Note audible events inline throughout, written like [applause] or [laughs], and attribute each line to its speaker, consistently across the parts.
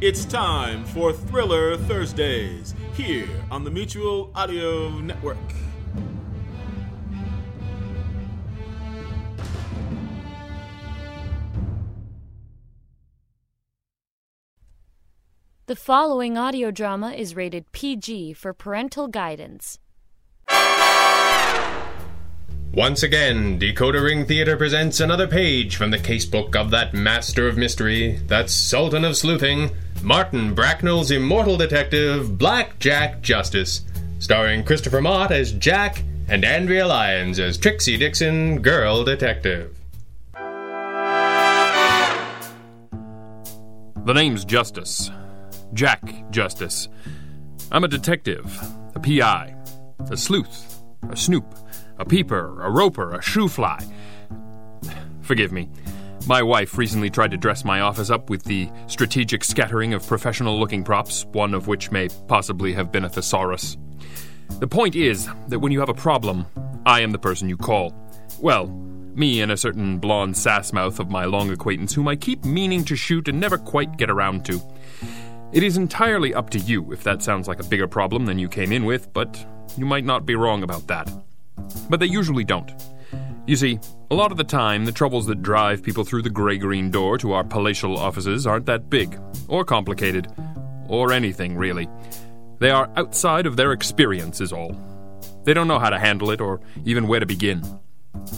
Speaker 1: It's time for Thriller Thursdays here on the Mutual Audio Network.
Speaker 2: The following audio drama is rated PG for parental guidance.
Speaker 3: Once again, Decoder Ring Theater presents another page from the casebook of that master of mystery, that sultan of sleuthing, Martin Bracknell's immortal detective, Blackjack Justice, starring Christopher Mott as Jack and Andrea Lyons as Trixie Dixon, girl detective.
Speaker 4: The name's Justice. Jack Justice. I'm a detective, a PI, a sleuth, a snoop, a peeper, a roper, a shoe fly. Forgive me. My wife recently tried to dress my office up with the strategic scattering of professional looking props, one of which may possibly have been a thesaurus. The point is that when you have a problem, I am the person you call. Well, me and a certain blonde sassmouth of my long acquaintance whom I keep meaning to shoot and never quite get around to. It is entirely up to you if that sounds like a bigger problem than you came in with, but you might not be wrong about that. But they usually don't. You see, a lot of the time, the troubles that drive people through the grey green door to our palatial offices aren't that big, or complicated, or anything really. They are outside of their experience, is all. They don't know how to handle it or even where to begin.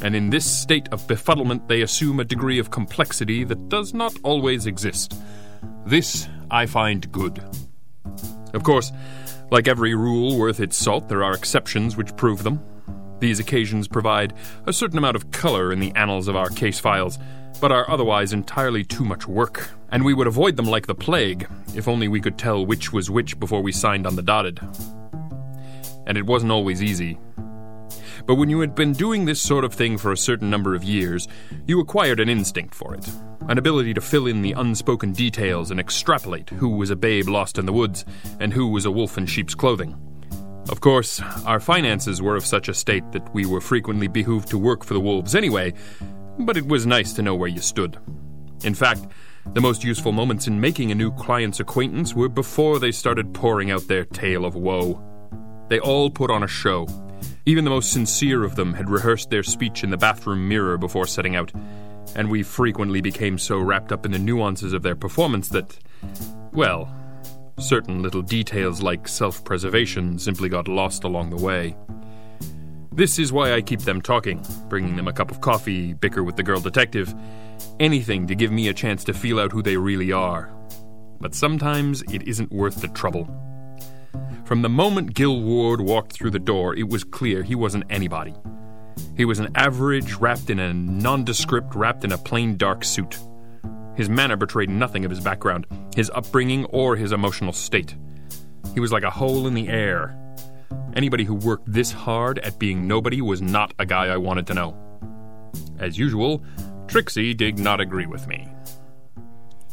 Speaker 4: And in this state of befuddlement, they assume a degree of complexity that does not always exist. This I find good. Of course, like every rule worth its salt, there are exceptions which prove them. These occasions provide a certain amount of color in the annals of our case files, but are otherwise entirely too much work, and we would avoid them like the plague if only we could tell which was which before we signed on the dotted. And it wasn't always easy. But when you had been doing this sort of thing for a certain number of years, you acquired an instinct for it, an ability to fill in the unspoken details and extrapolate who was a babe lost in the woods and who was a wolf in sheep's clothing. Of course, our finances were of such a state that we were frequently behooved to work for the wolves anyway, but it was nice to know where you stood. In fact, the most useful moments in making a new client's acquaintance were before they started pouring out their tale of woe. They all put on a show. Even the most sincere of them had rehearsed their speech in the bathroom mirror before setting out, and we frequently became so wrapped up in the nuances of their performance that, well, certain little details like self preservation simply got lost along the way. This is why I keep them talking, bringing them a cup of coffee, bicker with the girl detective, anything to give me a chance to feel out who they really are. But sometimes it isn't worth the trouble. From the moment Gil Ward walked through the door, it was clear he wasn't anybody. He was an average, wrapped in a nondescript, wrapped in a plain dark suit. His manner betrayed nothing of his background, his upbringing, or his emotional state. He was like a hole in the air. Anybody who worked this hard at being nobody was not a guy I wanted to know. As usual, Trixie did not agree with me.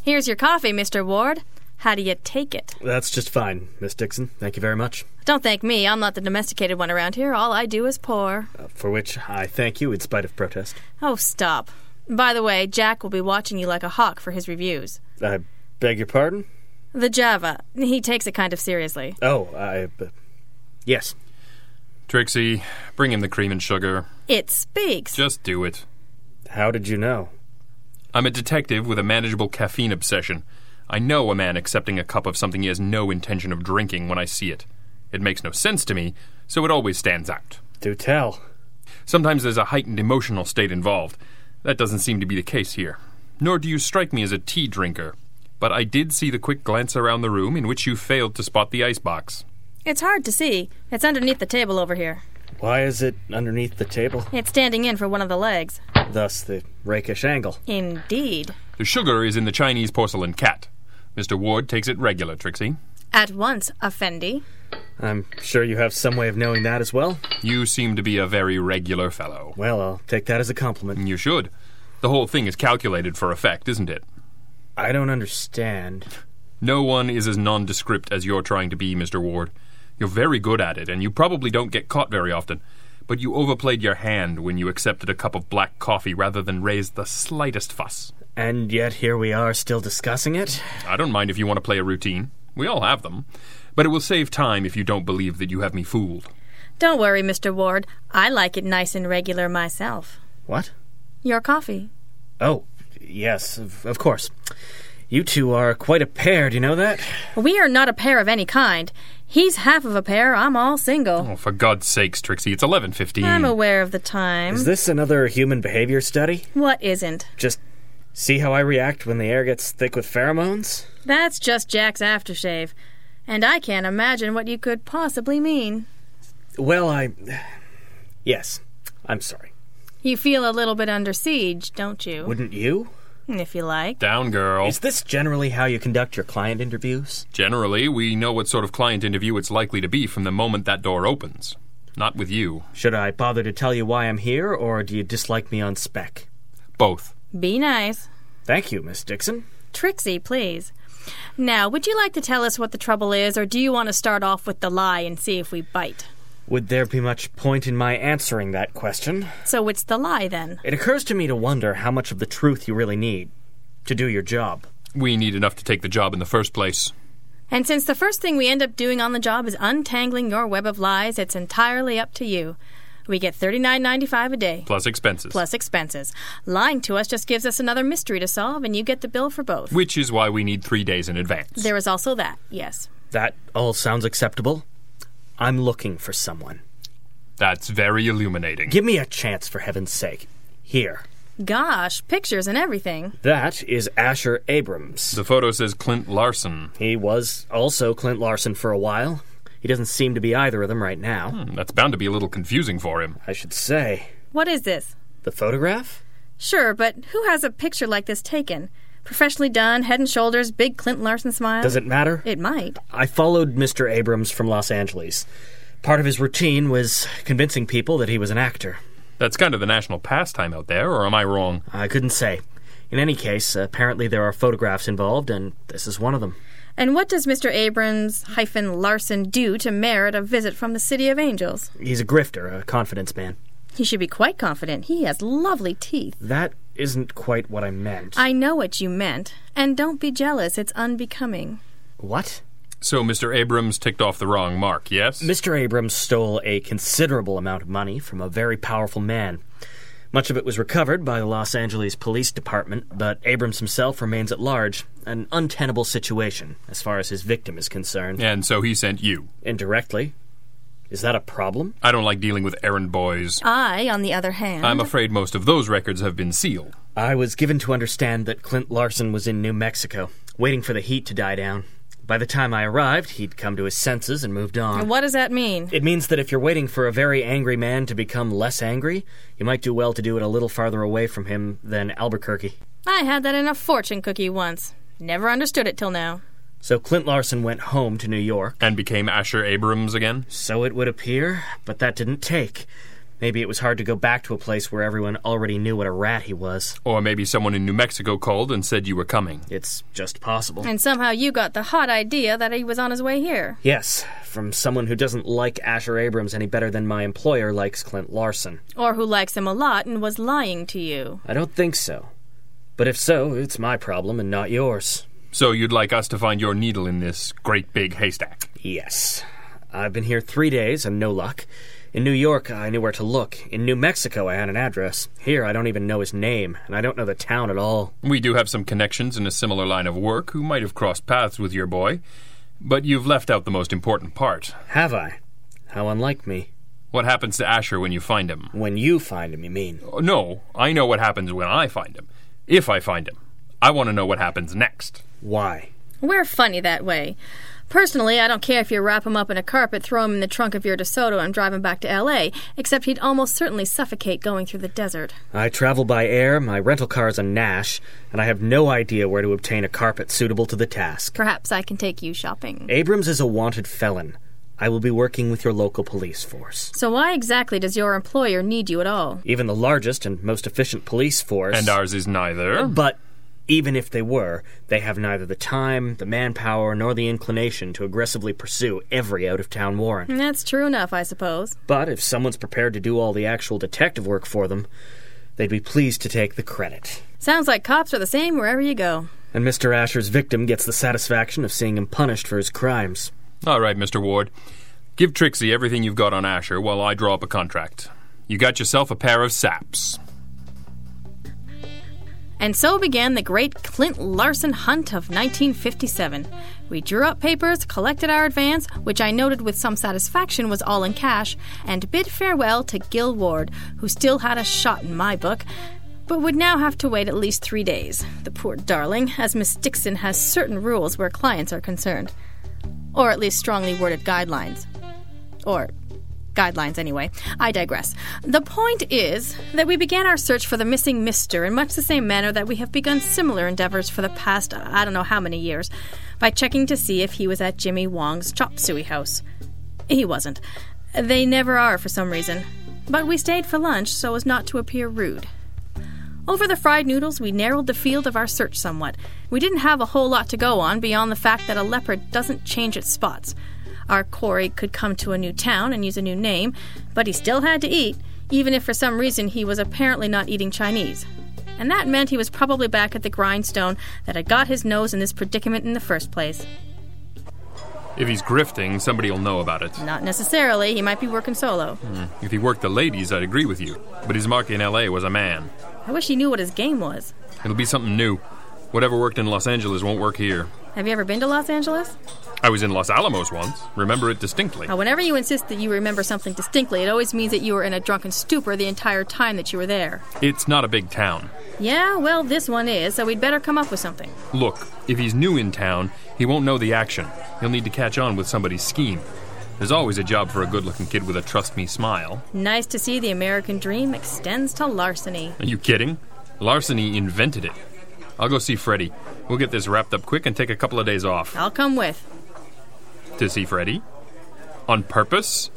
Speaker 5: Here's your coffee, Mr. Ward. How do you take it?
Speaker 6: That's just fine, Miss Dixon. Thank you very much.
Speaker 5: Don't thank me. I'm not the domesticated one around here. All I do is pour.
Speaker 6: Uh, for which I thank you in spite of protest.
Speaker 5: Oh, stop. By the way, Jack will be watching you like a hawk for his reviews.
Speaker 6: I beg your pardon?
Speaker 5: The Java. He takes it kind of seriously.
Speaker 6: Oh, I. Uh, yes.
Speaker 4: Trixie, bring him the cream and sugar.
Speaker 5: It speaks.
Speaker 4: Just do it.
Speaker 6: How did you know?
Speaker 4: I'm a detective with a manageable caffeine obsession. I know a man accepting a cup of something he has no intention of drinking when I see it. It makes no sense to me, so it always stands out.
Speaker 6: Do tell.
Speaker 4: Sometimes there's a heightened emotional state involved. That doesn't seem to be the case here. Nor do you strike me as a tea drinker. But I did see the quick glance around the room in which you failed to spot the icebox.
Speaker 5: It's hard to see. It's underneath the table over here.
Speaker 6: Why is it underneath the table?
Speaker 5: It's standing in for one of the legs.
Speaker 6: Thus the rakish angle.
Speaker 5: Indeed.
Speaker 4: The sugar is in the Chinese porcelain cat. Mr. Ward takes it regular, Trixie.
Speaker 5: At once, Effendi.
Speaker 6: I'm sure you have some way of knowing that as well.
Speaker 4: You seem to be a very regular fellow.
Speaker 6: Well, I'll take that as a compliment.
Speaker 4: You should. The whole thing is calculated for effect, isn't it?
Speaker 6: I don't understand.
Speaker 4: No one is as nondescript as you're trying to be, Mr. Ward. You're very good at it, and you probably don't get caught very often. but you overplayed your hand when you accepted a cup of black coffee rather than raise the slightest fuss.
Speaker 6: And yet here we are still discussing it.
Speaker 4: I don't mind if you want to play a routine. We all have them. But it will save time if you don't believe that you have me fooled.
Speaker 5: Don't worry, Mr. Ward. I like it nice and regular myself.
Speaker 6: What?
Speaker 5: Your coffee.
Speaker 6: Oh, yes, of, of course. You two are quite a pair, do you know that?
Speaker 5: We are not a pair of any kind. He's half of a pair. I'm all single.
Speaker 4: Oh, for God's sakes, Trixie, it's 11.15.
Speaker 5: I'm aware of the time.
Speaker 6: Is this another human behavior study?
Speaker 5: what isn't?
Speaker 6: Just see how I react when the air gets thick with pheromones?
Speaker 5: That's just Jack's aftershave. And I can't imagine what you could possibly mean.
Speaker 6: Well, I. Yes, I'm sorry.
Speaker 5: You feel a little bit under siege, don't you?
Speaker 6: Wouldn't you?
Speaker 5: if you like.
Speaker 4: Down, girl.
Speaker 6: Is this generally how you conduct your client interviews?
Speaker 4: Generally, we know what sort of client interview it's likely to be from the moment that door opens. Not with you.
Speaker 6: Should I bother to tell you why I'm here, or do you dislike me on spec?
Speaker 4: Both.
Speaker 5: Be nice.
Speaker 6: Thank you, Miss Dixon.
Speaker 5: Trixie, please. Now, would you like to tell us what the trouble is, or do you want to start off with the lie and see if we bite?
Speaker 6: Would there be much point in my answering that question?
Speaker 5: So it's the lie then.
Speaker 6: It occurs to me to wonder how much of the truth you really need to do your job.
Speaker 4: We need enough to take the job in the first place.
Speaker 5: And since the first thing we end up doing on the job is untangling your web of lies, it's entirely up to you. We get $39.95 a day,
Speaker 4: Plus expenses.
Speaker 5: plus expenses. Lying to us just gives us another mystery to solve, and you get the bill for both.
Speaker 4: Which is why we need three days in advance.
Speaker 5: There is also that, yes.
Speaker 6: That all sounds acceptable. I'm looking for someone.
Speaker 4: That's very illuminating.
Speaker 6: Give me a chance, for heaven's sake. Here.
Speaker 5: Gosh, pictures and everything.
Speaker 6: That is Asher Abrams.
Speaker 4: The photo says Clint Larson.
Speaker 6: He was also Clint Larson for a while. He doesn't seem to be either of them right now.
Speaker 4: Hmm, That's bound to be a little confusing for him.
Speaker 6: I should say.
Speaker 5: What is this?
Speaker 6: The photograph?
Speaker 5: Sure, but who has a picture like this taken? Professionally done, head and shoulders, big Clint Larson smile.
Speaker 6: Does it matter?
Speaker 5: It might.
Speaker 6: I followed Mr. Abrams from Los Angeles. Part of his routine was convincing people that he was an actor.
Speaker 4: That's kind of the national pastime out there, or am I wrong?
Speaker 6: I couldn't say. In any case, apparently there are photographs involved, and this is one of them.
Speaker 5: And what does Mr. Abrams hyphen Larson do to merit a visit from the City of Angels?
Speaker 6: He's a grifter, a confidence man.
Speaker 5: He should be quite confident. He has lovely teeth.
Speaker 6: That isn't quite what I meant.
Speaker 5: I know what you meant. And don't be jealous, it's unbecoming.
Speaker 6: What?
Speaker 4: So Mr. Abrams ticked off the wrong mark, yes?
Speaker 6: Mr. Abrams stole a considerable amount of money from a very powerful man. Much of it was recovered by the Los Angeles Police Department, but Abrams himself remains at large, an untenable situation as far as his victim is concerned.
Speaker 4: and so he sent you.
Speaker 6: Indirectly. Is that a problem?
Speaker 4: I don't like dealing with errand boys.
Speaker 5: I, on the other hand.
Speaker 4: I'm afraid most of those records have been sealed.
Speaker 6: I was given to understand that Clint Larson was in New Mexico, waiting for the heat to die down. By the time I arrived, he'd come to his senses and moved on.
Speaker 5: what does that mean?
Speaker 6: It means that if you're waiting for a very angry man to become less angry, you might do well to do it a little farther away from him than Albuquerque.
Speaker 5: I had that in a fortune cookie once. Never understood it till now.
Speaker 6: So Clint Larson went home to New York.
Speaker 4: And became Asher Abrams again?
Speaker 6: So it would appear, but that didn't take. Maybe it was hard to go back to a place where everyone already knew what a rat he was.
Speaker 4: Or maybe someone in New Mexico called and said you were coming.
Speaker 6: It's just possible.
Speaker 5: And somehow you got the hot idea that he was on his way here.
Speaker 6: Yes, from someone who doesn't like Asher Abrams any better than my employer likes Clint Larson.
Speaker 5: Or who likes him a lot and was lying to you.
Speaker 6: I don't think so. But if so, it's my problem and not yours.
Speaker 4: So you'd like us to find your needle in this great big haystack.
Speaker 6: Yes. I've been here three days and no luck. In New York, I knew where to look. In New Mexico, I had an address. Here, I don't even know his name, and I don't know the town at all.
Speaker 4: We do have some connections in a similar line of work who might have crossed paths with your boy, but you've left out the most important part.
Speaker 6: Have I? How unlike me.
Speaker 4: What happens to Asher when you find him?
Speaker 6: When you find him, you mean?
Speaker 4: Oh, No, I know what happens when I find him. If I find him, I want to know what happens next.
Speaker 6: Why?
Speaker 5: We're funny that way. Personally, I don't care if you wrap him up in a carpet, throw him in the trunk of your DeSoto, and drive him back to L.A., except he'd almost certainly suffocate going through the desert.
Speaker 6: I travel by air, my rental car is a Nash, and I have no idea where to obtain a carpet suitable to the task.
Speaker 5: Perhaps I can take you shopping.
Speaker 6: Abrams is a wanted felon. I will be working with your local police force.
Speaker 5: So, why exactly does your employer need you at all?
Speaker 6: Even the largest and most efficient police force.
Speaker 4: And ours is neither.
Speaker 6: But Even if they were, they have neither the time, the manpower, nor the inclination to aggressively pursue every out of town warrant.
Speaker 5: That's true enough, I suppose.
Speaker 6: But if someone's prepared to do all the actual detective work for them, they'd be pleased to take the credit.
Speaker 5: Sounds like cops are the same wherever you go.
Speaker 6: And Mr. Asher's victim gets the satisfaction of seeing him punished for his crimes.
Speaker 4: All right, Mr. Ward. Give Trixie everything you've got on Asher while I draw up a contract. You got yourself a pair of saps.
Speaker 5: And so began the great Clint Larson hunt of 1957. We drew up papers, collected our advance, which I noted with some satisfaction was all in cash, and bid farewell to Gil Ward, who still had a shot in my book, but would now have to wait at least three days. The poor darling, as Miss Dixon has certain rules where clients are concerned. Or at least strongly worded guidelines. Or guidelines anyway. I digress. The point is that we began our search for the missing mister in much the same manner that we have begun similar endeavors for the past uh, I don't know how many years by checking to see if he was at Jimmy Wong's chop suey house. He wasn't. They never are for some reason. But we stayed for lunch so as not to appear rude. Over the fried noodles, we narrowed the field of our search somewhat. We didn't have a whole lot to go on beyond the fact that a leopard doesn't change its spots. Our quarry could come to a new town and use a new name, but he still had to eat, even if for some reason he was apparently not eating Chinese. And that meant he was probably back at the grindstone that had got his nose in this predicament in the first place.
Speaker 4: If he's grifting, somebody'll know about it.
Speaker 5: Not necessarily, he might be working solo.
Speaker 4: If he worked the ladies, I'd agree with you. But his market in LA was a man.
Speaker 5: I wish he knew what his game was.
Speaker 4: It'll be something new. Whatever worked in Los Angeles won't work here.
Speaker 5: Have you ever been to Los Angeles?
Speaker 4: I was in Los Alamos once. Remember it distinctly.
Speaker 5: Now, whenever you insist that you remember something distinctly, it always means that you were in a drunken stupor the entire time that you were there.
Speaker 4: It's not a big town.
Speaker 5: Yeah, well, this one is, so we'd better come up with something.
Speaker 4: Look, if he's new in town, he won't know the action. He'll need to catch on with somebody's scheme. There's always a job for a good looking kid with a trust me smile.
Speaker 5: Nice to see the American dream extends to larceny.
Speaker 4: Are you kidding? Larceny invented it. I'll go see Freddy. We'll get this wrapped up quick and take a couple of days off.
Speaker 5: I'll come with.
Speaker 4: To see Freddy? On purpose?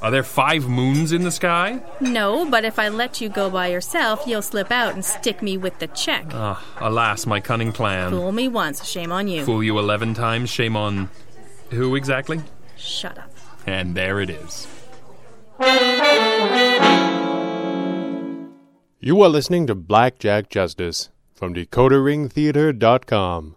Speaker 4: Are there five moons in the sky?
Speaker 5: No, but if I let you go by yourself, you'll slip out and stick me with the check.
Speaker 4: Ah, alas, my cunning plan.
Speaker 5: Fool me once, shame on you.
Speaker 4: Um, Fool you 11 times, shame on. Who exactly?
Speaker 5: Shut up.
Speaker 4: And there it is.
Speaker 7: You are listening to Blackjack Justice from DecoderingTheater.com.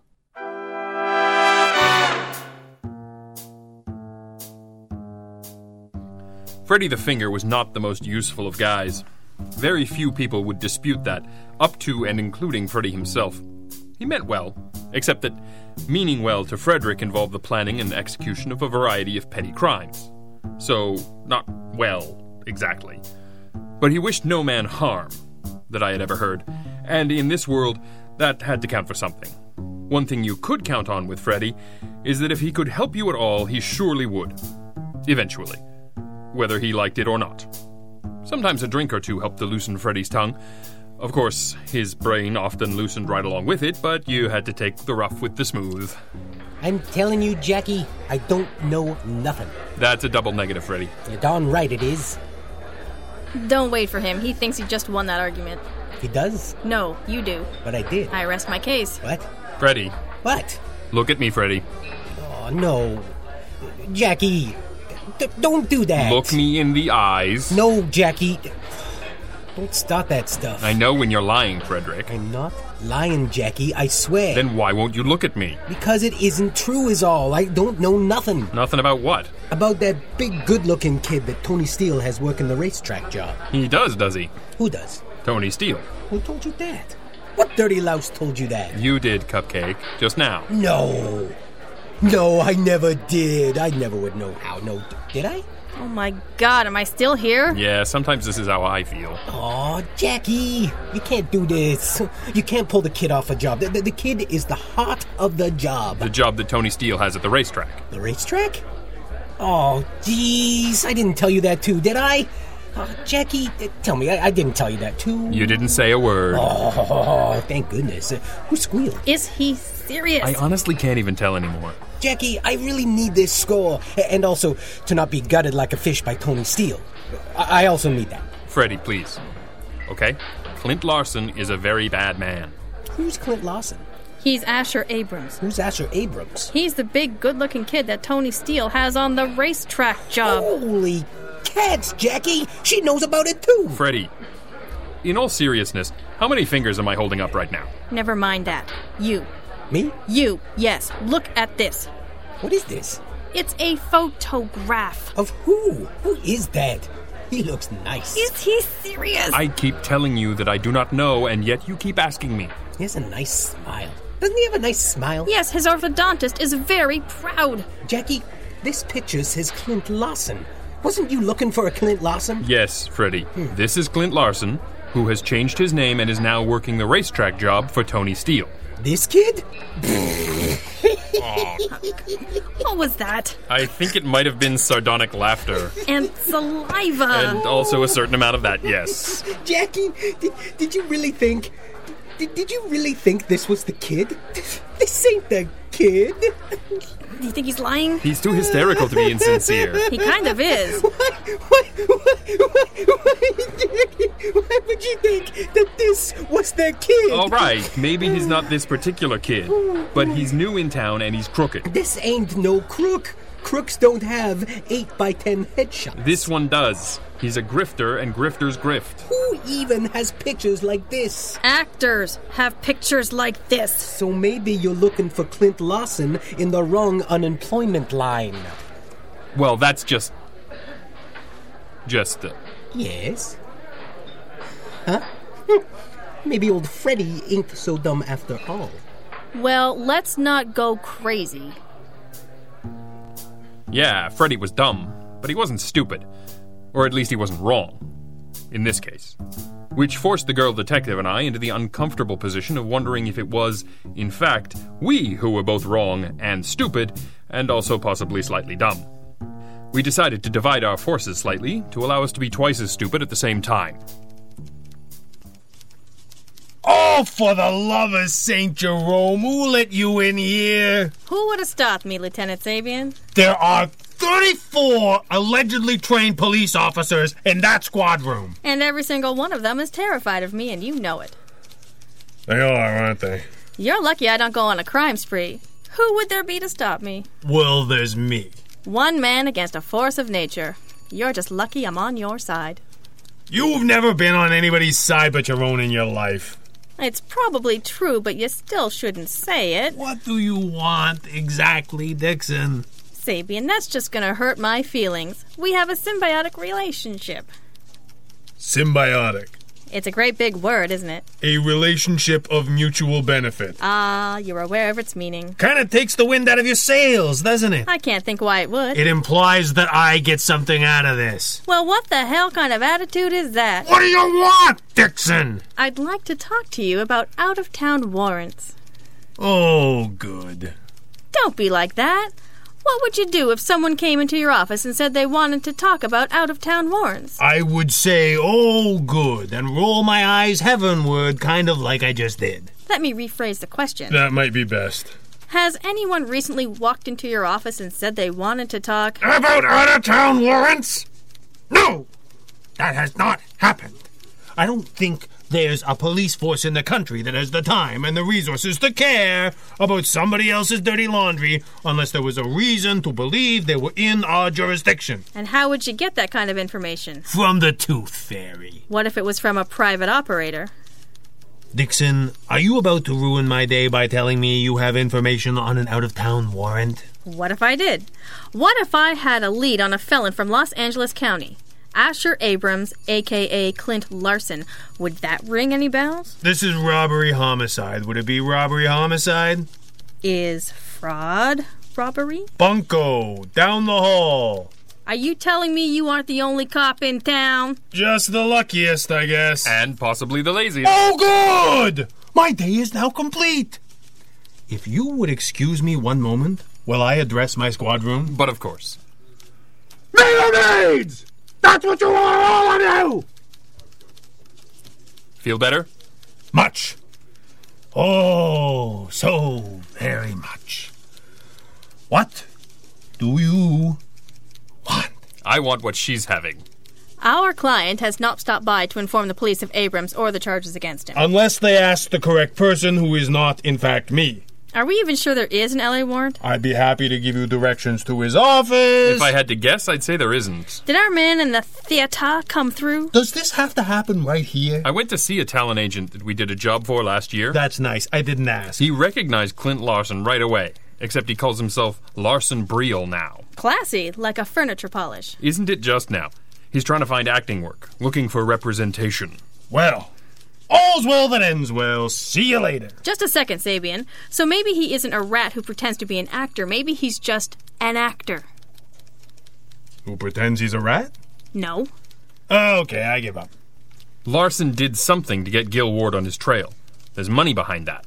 Speaker 4: Freddy the Finger was not the most useful of guys. Very few people would dispute that, up to and including Freddy himself. He meant well, except that meaning well to Frederick involved the planning and execution of a variety of petty crimes. So, not well, exactly. But he wished no man harm, that I had ever heard, and in this world, that had to count for something. One thing you could count on with Freddy is that if he could help you at all, he surely would. Eventually whether he liked it or not. Sometimes a drink or two helped to loosen Freddy's tongue. Of course, his brain often loosened right along with it, but you had to take the rough with the smooth.
Speaker 8: I'm telling you, Jackie, I don't know nothing.
Speaker 4: That's a double negative, Freddy.
Speaker 8: You're darn right it is.
Speaker 5: Don't wait for him. He thinks he just won that argument.
Speaker 8: He does,
Speaker 5: No, you do.
Speaker 8: but I did.
Speaker 5: I rest my case.
Speaker 8: What?
Speaker 4: Freddy,
Speaker 8: What?
Speaker 4: look at me, Freddy.
Speaker 8: Oh, no. Jackie, d- don't do that.
Speaker 4: Look me in the eyes.
Speaker 8: No, Jackie. Don't start that stuff.
Speaker 4: I know when you're lying, Frederick.
Speaker 8: I'm not lying, Jackie, I swear.
Speaker 4: Then why won't you look at me?
Speaker 8: because it isn't true, is all. I don't know nothing
Speaker 4: Nothing about what?
Speaker 8: about that big, good looking kid that Tony Steele has working the racetrack job.
Speaker 4: He does, does he?
Speaker 8: Who does?
Speaker 4: Tony Steele.
Speaker 8: Who told you that? What dirty louse told you that?
Speaker 4: You did, Cupcake, just now.
Speaker 8: No. No, I never did. I never would know how. No, did I?
Speaker 5: Oh my god, am I still here?
Speaker 4: Yeah, sometimes this is how I feel.
Speaker 8: Oh, Jackie, you can't do this. You can't pull the kid off a job. The, the, the kid is the heart of the job.
Speaker 4: The job that Tony Steele has at the racetrack.
Speaker 8: The racetrack? Oh, jeez. I didn't tell you that, too, did I? Oh, Jackie, uh, tell me, I, I didn't tell you that, too.
Speaker 4: You didn't say a word.
Speaker 8: Oh, thank goodness. Uh, who squealed?
Speaker 5: Is he serious?
Speaker 4: I honestly can't even tell anymore.
Speaker 8: Jackie, I really need this score. A- And also, to not be gutted like a fish by Tony Steele. I, I also need that.
Speaker 4: Freddy, please. Okay? Clint Larson is a very bad man.
Speaker 8: Who's Clint Lawson?
Speaker 5: He's Asher Abrams.
Speaker 8: Who's Asher Abrams?
Speaker 5: He's the big, good looking kid that Tony Steele has on the racetrack job.
Speaker 8: Holy cats, Jackie! She knows about it too!
Speaker 4: Freddy, in all seriousness, how many fingers am I holding up right now?
Speaker 5: Never mind that. You.
Speaker 8: Me?
Speaker 5: You. Yes. Look at this.
Speaker 8: What is this?
Speaker 5: It's a photograph.
Speaker 8: Of who? Who is that? He looks nice.
Speaker 5: Is he serious?
Speaker 4: I keep telling you that I do not know, and yet you keep asking me.
Speaker 8: He has a nice smile. Doesn't he have a nice smile?
Speaker 5: yes, his orthodontist is very proud.
Speaker 8: Jackie, this picture says Clint Lawson. Wasn't you looking for a Clint Lawson?
Speaker 4: Yes, Freddy, this is Clint Larson, who has changed his name and is now working the racetrack job for Tony Steele.
Speaker 8: This kid?
Speaker 5: What was [laughs] that?
Speaker 4: I think it might have been sardonic laughter,
Speaker 5: And saliva.
Speaker 4: and also a certain amount of that, yes.
Speaker 8: Jackie, did, did you really think. Did, did you really think this was the kid? [laughs] This ain't the kid.
Speaker 5: Do you think he's lying?
Speaker 4: He's too hysterical to be insincere.
Speaker 5: [laughs] He kind of is.
Speaker 8: Why, why, why, why, why, Jackie, why would you think that this was the
Speaker 4: [laughs]
Speaker 8: kid?
Speaker 4: All right, maybe he's not this particular kid, but he's new in town and he's crooked.
Speaker 8: This ain't no crook. Crooks don't have 8 by 10 headshots.
Speaker 4: This one does. He's a grifter, and grifters grift.
Speaker 8: Who even has pictures like this?
Speaker 5: Actors have pictures like this.
Speaker 8: So maybe you're looking for Clint Lawson in the wrong unemployment line.
Speaker 4: Well, that's just. Just. Uh,
Speaker 8: Yes? Huh? maybe old Freddy ain't so dumb after all.
Speaker 5: Well, let's not go crazy.
Speaker 4: yeah, Freddy was dumb, but he wasn't stupid. Or at least he wasn't wrong. In this case. Which forced the girl detective and I into the uncomfortable position of wondering if it was, in fact, we who were both wrong and stupid, and also possibly slightly dumb. We decided to divide our forces slightly to allow us to be twice as stupid at the same time.
Speaker 6: Oh, for the love of St. Jerome, who let you in here?
Speaker 5: Who would have stopped me, Lieutenant Sabian?
Speaker 6: There are 34 allegedly trained police officers in that squad room.
Speaker 5: And every single one of them is terrified of me, and you know it.
Speaker 6: They are, aren't they?
Speaker 5: You're lucky I don't go on a crime spree. Who would there be to stop me?
Speaker 6: Well, there's me.
Speaker 5: One man against a force of nature. You're just lucky I'm on your side.
Speaker 6: You've never been on anybody's side but your own in your life.
Speaker 5: It's probably true, but you still shouldn't say it.
Speaker 6: What do you want exactly, Dixon?
Speaker 5: Sabian, that's just gonna hurt my feelings. We have a symbiotic relationship.
Speaker 6: Symbiotic.
Speaker 5: It's a great big word, isn't it?
Speaker 6: A relationship of mutual benefit.
Speaker 5: Ah, you're aware of its meaning.
Speaker 6: Kind of takes the wind out of your sails, doesn't it?
Speaker 5: I can't think why it would.
Speaker 6: It implies that I get something out of this.
Speaker 5: well, what the hell kind of attitude is that?
Speaker 6: What do you want, Dixon?
Speaker 5: I'd like to talk to you about out of town warrants.
Speaker 6: Oh, good.
Speaker 5: Don't be like that. What would you do if someone came into your office and said they wanted to talk about out of town warrants?
Speaker 6: I would say, oh, good, and roll my eyes heavenward, kind of like I just did.
Speaker 5: Let me rephrase the question.
Speaker 6: That might be best.
Speaker 5: Has anyone recently walked into your office and said they wanted to talk?
Speaker 6: About out of town warrants? No! That has not happened. I don't think there's a police force in the country that has the time and the resources to care about somebody else's dirty laundry unless there was a reason to believe they were in our jurisdiction.
Speaker 5: And how would you get that kind of information?
Speaker 6: From the Tooth Fairy.
Speaker 5: What if it was from a private operator?
Speaker 6: Dixon, are you about to ruin my day by telling me you have information on an out of town warrant?
Speaker 5: What if I did? What if I had a lead on a felon from Los Angeles County? Asher Abrams, aka Clint Larson. Would that ring any bells?
Speaker 6: This is robbery homicide. Would it be robbery homicide?
Speaker 5: Is fraud robbery?
Speaker 6: Bunko, down the hall.
Speaker 5: Are you telling me you aren't the only cop in town?
Speaker 6: Just the luckiest, I guess.
Speaker 4: And possibly the laziest.
Speaker 6: Oh, good! My day is now complete. If you would excuse me one moment while I address my squad room.
Speaker 4: But of course.
Speaker 6: Mayonnaise! That's what you are, all of you!
Speaker 4: Feel better?
Speaker 6: Much. Oh, so very much. What do you want?
Speaker 4: I want what she's having.
Speaker 5: Our client has not stopped by to inform the police of Abrams or the charges against him.
Speaker 9: Unless they ask the correct person who is not, in fact, me.
Speaker 5: Are we even sure there is an LA warrant?
Speaker 9: I'd be happy to give you directions to his office.
Speaker 4: If I had to guess, I'd say there isn't.
Speaker 5: Did our man in the theater come through?
Speaker 9: Does this have to happen right here?
Speaker 4: I went to see a talent agent that we did a job for last year.
Speaker 9: That's nice. I didn't ask.
Speaker 4: He recognized Clint Larson right away, except he calls himself Larson Briel now.
Speaker 5: Classy, like a furniture polish.
Speaker 4: Isn't it just now? He's trying to find acting work, looking for representation.
Speaker 9: Well, all's well that ends well. See you later.
Speaker 5: Just a second, Sabian. So maybe he isn't a rat who pretends to be an actor. Maybe he's just an actor.
Speaker 9: Who pretends he's a rat?
Speaker 5: No.
Speaker 9: Okay, I give up.
Speaker 4: Larson did something to get Gil Ward on his trail. There's money behind that.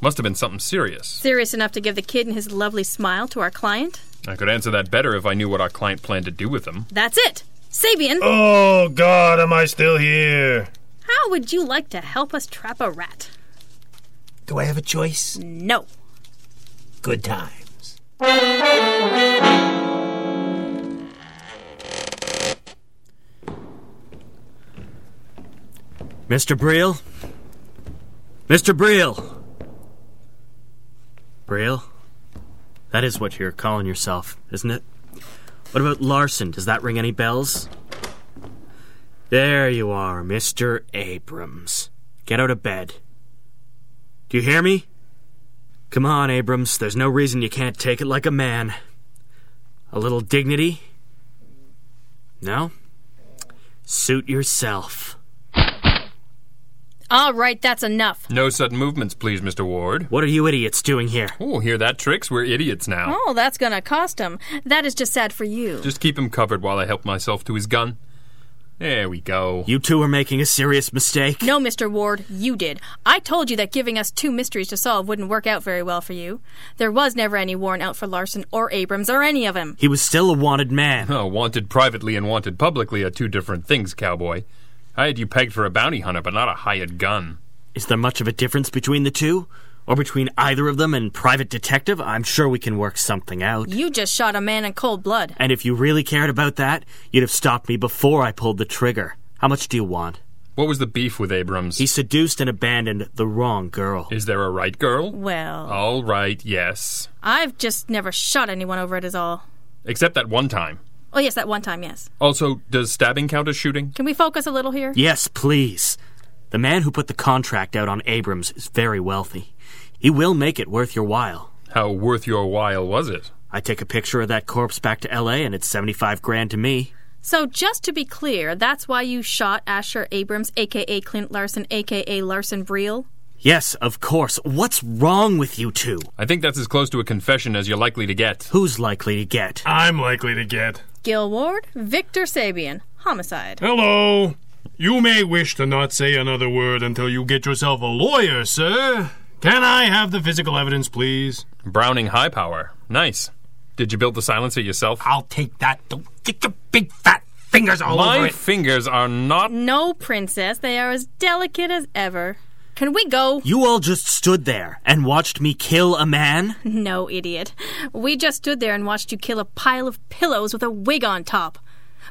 Speaker 4: Must have been something serious.
Speaker 5: Serious enough to give the kid and his lovely smile to our client?
Speaker 4: I could answer that better if I knew what our client planned to do with them.
Speaker 5: That's it. Sabian,
Speaker 9: Oh, God, am I still here?
Speaker 5: how would you like to help us trap a rat?
Speaker 8: Do I have a choice?
Speaker 5: No.
Speaker 8: Good times.
Speaker 6: Mr. Breel? Mr. Breel! Breel? That is what you're calling yourself, isn't it? What about Larson? Does that ring any bells? There you are, Mr. Abrams. Get out of bed. Do you hear me? Come on, Abrams. There's no reason you can't take it like a man. A little dignity? No? Suit yourself.
Speaker 5: All right, that's enough.
Speaker 4: No sudden movements, please, Mr. Ward.
Speaker 6: What are you idiots doing here?
Speaker 4: Oh, hear that, Tricks? We're idiots now.
Speaker 5: Oh, that's gonna cost him. That is just sad for you.
Speaker 4: Just keep him covered while I help myself to his gun. There we go.
Speaker 6: You two are making a serious mistake.
Speaker 5: No, Mr. Ward, you did. I told you that giving us two mysteries to solve wouldn't work out very well for you. There was never any warrant out for Larson or Abrams or any of 'em.
Speaker 6: He was still a wanted man.
Speaker 4: [laughs] Oh, wanted privately and wanted publicly are two different things, cowboy. I had you pegged for a bounty hunter, but not a hired gun.
Speaker 6: Is there much of a difference between the two? Or between either of them and private detective? I'm sure we can work something out.
Speaker 5: You just shot a man in cold blood.
Speaker 6: And if you really cared about that, you'd have stopped me before I pulled the trigger. How much do you want?
Speaker 4: What was the beef with Abrams?
Speaker 6: He seduced and abandoned the wrong girl.
Speaker 4: Is there a right girl?
Speaker 5: Well,
Speaker 4: All right, yes.
Speaker 5: I've just never shot anyone over it, is all.
Speaker 4: Except that one time.
Speaker 5: Oh, yes, that one time, yes.
Speaker 4: Also, does stabbing count as shooting?
Speaker 5: Can we focus a little here?
Speaker 6: Yes, please. The man who put the contract out on Abrams is very wealthy. He will make it worth your while.
Speaker 4: How worth your while was it?
Speaker 6: I take a picture of that corpse back to LA and it's 75 grand to me.
Speaker 5: So, just to be clear, that's why you shot Asher Abrams, aka Clint Larson, aka Larson Briel?
Speaker 6: Yes, of course. What's wrong with you two?
Speaker 4: I think that's as close to a confession as you're likely to get.
Speaker 6: Who's likely to get?
Speaker 9: I'm likely to get.
Speaker 5: Gil Ward, Victor Sabian, homicide.
Speaker 9: Hello. You may wish to not say another word until you get yourself a lawyer, sir. Can I have the physical evidence, please?
Speaker 4: Browning High Power. Nice. Did you build the silencer yourself?
Speaker 8: I'll take that. Don't get your big fat fingers all over
Speaker 4: My
Speaker 8: it.
Speaker 4: fingers are not.
Speaker 5: No, princess, they are as delicate as ever. Can we go?
Speaker 6: You all just stood there and watched me kill a
Speaker 8: [laughs]
Speaker 6: man?
Speaker 5: No, idiot. We just stood there and watched you kill a pile of pillows with a wig on top.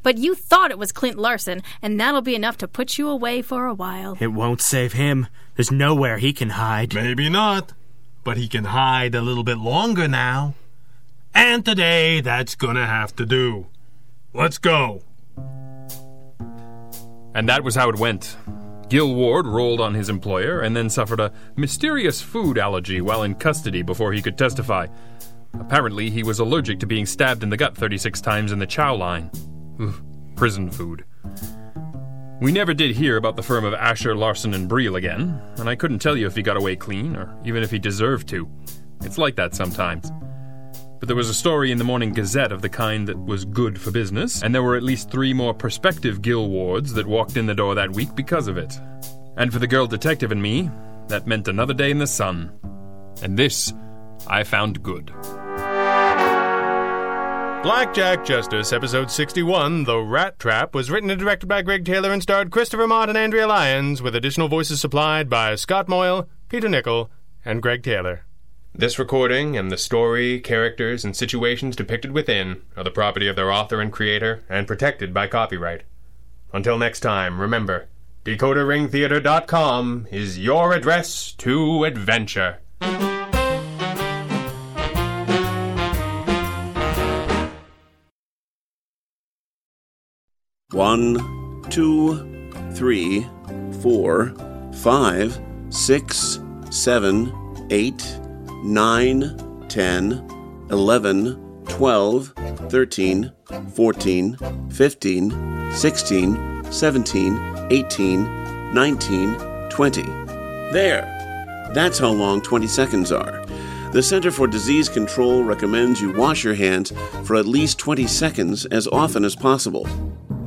Speaker 5: But you thought it was Clint Larson, and that'll be enough to put you away for a while.
Speaker 6: It won't save him. There's nowhere he can hide.
Speaker 9: Maybe not. But he can hide a little bit longer now. And today, that's gonna have to do. Let's go.
Speaker 4: And that was how it went. Gil Ward rolled on his employer and then suffered a mysterious food allergy while in custody before he could testify. Apparently, he was allergic to being stabbed in the gut 36 times in the chow line. Ugh, prison food. We never did hear about the firm of Asher, Larson, and Breel again, and I couldn't tell you if he got away clean or even if he deserved to. It's like that sometimes. But there was a story in the Morning Gazette of the kind that was good for business, and there were at least three more prospective Gil Wards that walked in the door that week because of it. And for the girl detective and me, that meant another day in the sun. And this I found good.
Speaker 7: Blackjack Justice, Episode 61, The Rat Trap, was written and directed by Greg Taylor and starred Christopher Mott and Andrea Lyons, with additional voices supplied by Scott Moyle, Peter Nichol, and Greg Taylor.
Speaker 3: This recording and the story, characters, and situations depicted within are the property of their author and creator and protected by copyright. Until next time, remember, decoderringtheater.com is your address to adventure.
Speaker 10: One, two, three, four, five, six, seven, eight, nine, ten, eleven, twelve, thirteen, fourteen, fifteen, sixteen, seventeen, eighteen, nineteen, twenty. There! That's how long 20 seconds are. The Center for Disease Control recommends you wash your hands for at least 20 seconds as often as possible.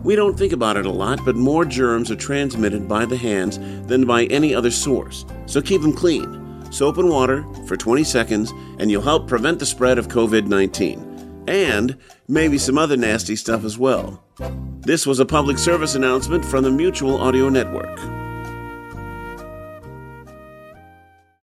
Speaker 10: We don't think about it a lot, but more germs are transmitted by the hands than by any other source, so keep them clean. Soap and water for 20 seconds, and you'll help prevent the spread of COVID 19. And maybe some other nasty stuff as well. This was a public service announcement from the Mutual Audio Network.